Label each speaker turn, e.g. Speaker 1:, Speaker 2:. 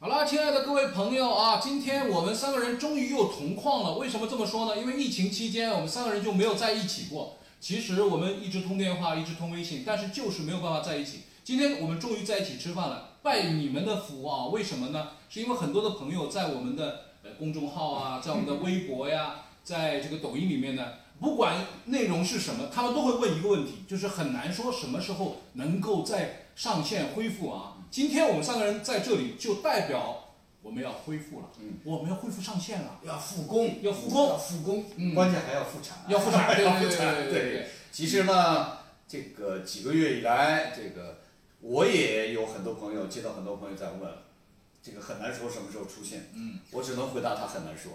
Speaker 1: 吧，亲爱的各位朋友啊，今天我们三个人终于又同框了。为什么这么说呢？因为疫情期间我们三个人就没有在一起过。其实我们一直通电话，一直通微信，但是就是没有办法在一起。今天我们终于在一起吃饭了，拜你们的福啊！为什么呢？是因为很多的朋友在我们的呃公众号啊，在我们的微博呀，在这个抖音里面呢，不管内容是什么，他们都会问一个问题，就是很难说什么时候能够在上线恢复啊。今天我们三个人在这里，就代表我们要恢复了，我们要恢复上线了，
Speaker 2: 要复工，
Speaker 1: 要复工
Speaker 2: 要复工，
Speaker 1: 嗯
Speaker 2: 关键还要复产，
Speaker 1: 要复 产，对
Speaker 2: 要
Speaker 1: 对
Speaker 2: 复
Speaker 1: 对
Speaker 2: 产，
Speaker 1: 对对对，
Speaker 2: 其实呢，这个几个月以来，这个我也有很多朋友接到很多朋友在问，这个很难说什么时候出现。嗯，我只能回答他很难说。